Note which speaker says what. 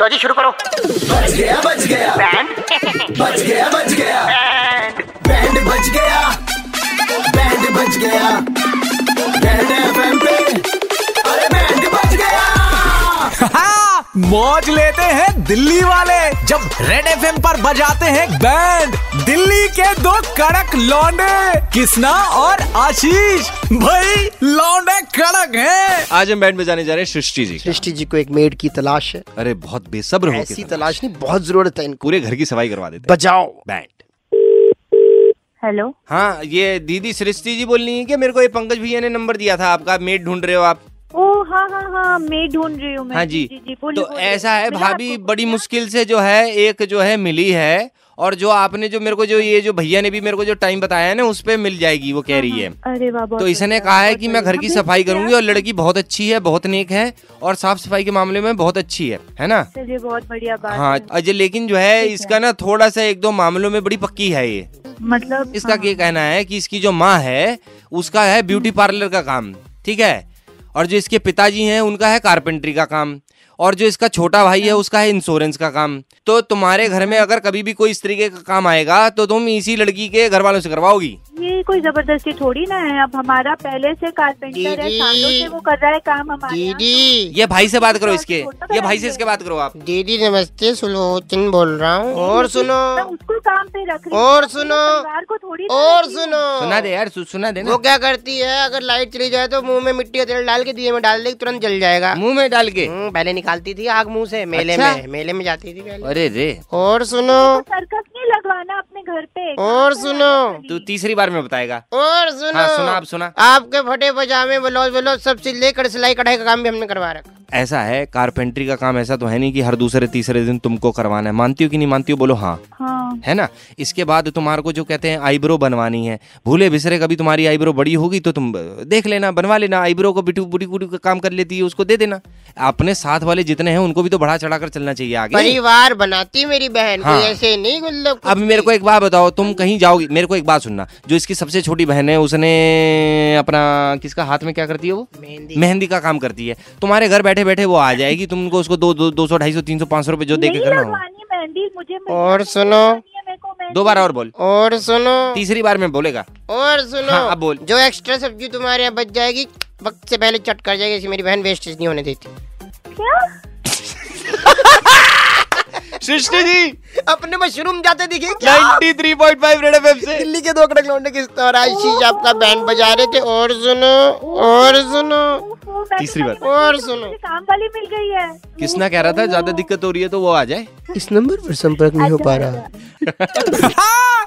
Speaker 1: लो जी शुरू करो
Speaker 2: बच गया बच गया
Speaker 1: बैंड
Speaker 2: बच गया बच गया बैंड बच गया बैंड बच गया बैंड एफएम पे अरे बैंड बच गया
Speaker 3: हाँ, मौज लेते हैं दिल्ली वाले जब रेड एफ पर बजाते हैं बैंड दिल्ली के दो कड़क लौंडे किसना और आशीष भाई लौंडे कड़क हैं
Speaker 4: आज हम बैंड बजाने जा रहे हैं सृष्टि जी का।
Speaker 5: सृष्टि जी को एक मेड की तलाश है
Speaker 4: अरे बहुत बेसब्र हो
Speaker 5: ऐसी तलाश नहीं बहुत जरूरत है इनको
Speaker 4: पूरे घर की सफाई करवा देते हैं।
Speaker 5: बजाओ
Speaker 4: बैंड
Speaker 6: हेलो
Speaker 4: हाँ ये दीदी सृष्टि जी बोल रही है कि मेरे को ये पंकज भैया ने नंबर दिया था आपका मेड ढूंढ रहे हो आप
Speaker 6: ओ हाँ हाँ हाँ मैं ढूंढ रही हूँ मैं
Speaker 4: हाँ जी
Speaker 6: जी जी बोलिए
Speaker 4: तो
Speaker 6: बोलिए।
Speaker 4: ऐसा है
Speaker 6: मिला
Speaker 4: भाभी
Speaker 6: आपको
Speaker 4: बड़ी
Speaker 6: कुछ?
Speaker 4: मुश्किल से जो है एक जो है मिली है और जो आपने जो मेरे को जो ये जो भैया ने भी मेरे को जो टाइम बताया है ना उस पे मिल जाएगी वो कह रही है
Speaker 6: अरे वाह बहुत
Speaker 4: तो इसने
Speaker 6: बढ़िया,
Speaker 4: कहा है
Speaker 6: हाँ, अच्छा, बहुत
Speaker 4: कि मैं घर की
Speaker 6: बढ़िया।
Speaker 4: सफाई करूंगी और लड़की बहुत अच्छी है बहुत नेक है और साफ सफाई के मामले में बहुत अच्छी है है ना
Speaker 6: चलिए बहुत बढ़िया बात
Speaker 4: हाँ
Speaker 6: है।
Speaker 4: अजय लेकिन जो है इसका ना थोड़ा सा एक दो मामलों में बड़ी पक्की है ये
Speaker 6: मतलब
Speaker 4: इसका
Speaker 6: हाँ,
Speaker 4: ये कहना है कि इसकी जो माँ है उसका है ब्यूटी पार्लर का काम ठीक है और जो इसके पिताजी हैं उनका है कारपेंट्री का काम और जो इसका छोटा भाई है उसका है इंश्योरेंस का काम तो तुम्हारे घर में अगर कभी भी कोई इस तरीके का काम आएगा तो तुम इसी लड़की के घर वालों से करवाओगी
Speaker 6: ये कोई जबरदस्ती थोड़ी ना है अब हमारा पहले से कारपेंटर है
Speaker 5: दीदी।
Speaker 6: सालों से वो कर रहा है काम हमारे यहाँ।
Speaker 5: दीदी
Speaker 4: ये भाई से बात करो इसके ये भाई से इसके बात करो आप
Speaker 5: दीदी नमस्ते सुलोचन बोल रहा हूँ और सुनो
Speaker 6: तो मैं उसको काम पे रख रही हूँ,
Speaker 5: और
Speaker 6: अपने
Speaker 5: सुनो।
Speaker 6: परिवार को थोड़ी ना
Speaker 5: और
Speaker 6: रख रही हूँ।
Speaker 5: सुनो
Speaker 4: सुना दे यार सु- सुना दे
Speaker 5: वो
Speaker 4: ना
Speaker 5: क्या करती है अगर लाइट चली जाए तो मुंह में मिट्टी का तेल डाल के दिए में डाल दे तुरंत जल जाएगा
Speaker 4: मुंह में डाल के
Speaker 5: हम्म, पहले निकालती थी आग मुंह से मेले
Speaker 4: अच्छा?
Speaker 5: में मेले में जाती थी पहले
Speaker 4: अरे रे
Speaker 5: और सुनो
Speaker 6: तो सर्कस नहीं लगवाना अपने घर पे
Speaker 5: और सुनो।
Speaker 4: तू तीसरी बार में बताएगा
Speaker 5: और सुनो
Speaker 4: हाँ सुना आप सुना
Speaker 5: आपके फटे पजामे ब्लाउज ब्लाउज सब सिल लेकर सिलाई कढ़ाई का काम भी हमने करवा रखा
Speaker 4: ऐसा है कारपेंट्री का काम ऐसा तो है नहीं कि हर दूसरे तीसरे दिन तुमको करवाना है मानती हो कि नहीं मानती हो बोलो हाँ
Speaker 6: हाँ
Speaker 4: है ना इसके बाद तुम्हारे को जो कहते हैं आईब्रो बनवानी है भूले बिसरे कभी तुम्हारी आईब्रो बड़ी होगी तो तुम देख लेना बनवा लेना आईब्रो को बिटू बुटी बुटी का काम कर लेती है उसको दे देना अपने साथ वाले जितने हैं उनको भी तो बढ़ा चढ़ा कर चलना चाहिए आगे
Speaker 5: परिवार बनाती मेरी बहन
Speaker 4: हाँ।
Speaker 5: कोई ऐसे नहीं गुल्लक
Speaker 4: अब मेरे को एक बात बताओ तुम कहीं जाओगी मेरे को एक बात सुनना जो इसकी सबसे छोटी बहन है उसने अपना किसका हाथ में क्या करती है वो
Speaker 5: मेहंदी
Speaker 4: मेहंदी का काम करती है तुम्हारे घर बैठे बैठे वो आ जाएगी तुमको उसको दो दो दो सौ ढाई सौ तीन सौ पाँच सौ रुपये जो दे के
Speaker 6: नहीं
Speaker 4: करना हो
Speaker 6: लगवानी मेहंदी मुझे
Speaker 5: और सुनो
Speaker 4: दो बार और बोल
Speaker 5: और सुनो
Speaker 4: तीसरी बार में बोलेगा
Speaker 5: और सुनो
Speaker 4: हाँ, अब बोल।
Speaker 5: जो एक्स्ट्रा सब्जी तुम्हारे यहाँ बच जाएगी वक्त से पहले चट कर जाएगी ऐसे मेरी बहन वेस्टेज नहीं होने देती
Speaker 6: क्या
Speaker 4: सृष्टि जी
Speaker 5: अपने मशरूम जाते दिखे क्या
Speaker 4: 93.5 रेड एफएम से
Speaker 5: दिल्ली के दो कड़क लौंडे किस और आशीष आपका बैंड बजा रहे थे और सुनो और सुनो
Speaker 4: तीसरी
Speaker 6: तीसरी
Speaker 4: बार।
Speaker 5: और सुनो।
Speaker 6: काम वाली मिल गई है
Speaker 4: किसना कह रहा था ज्यादा दिक्कत हो रही है तो वो आ जाए
Speaker 5: इस नंबर पर संपर्क नहीं हो पा रहा
Speaker 3: हाँ,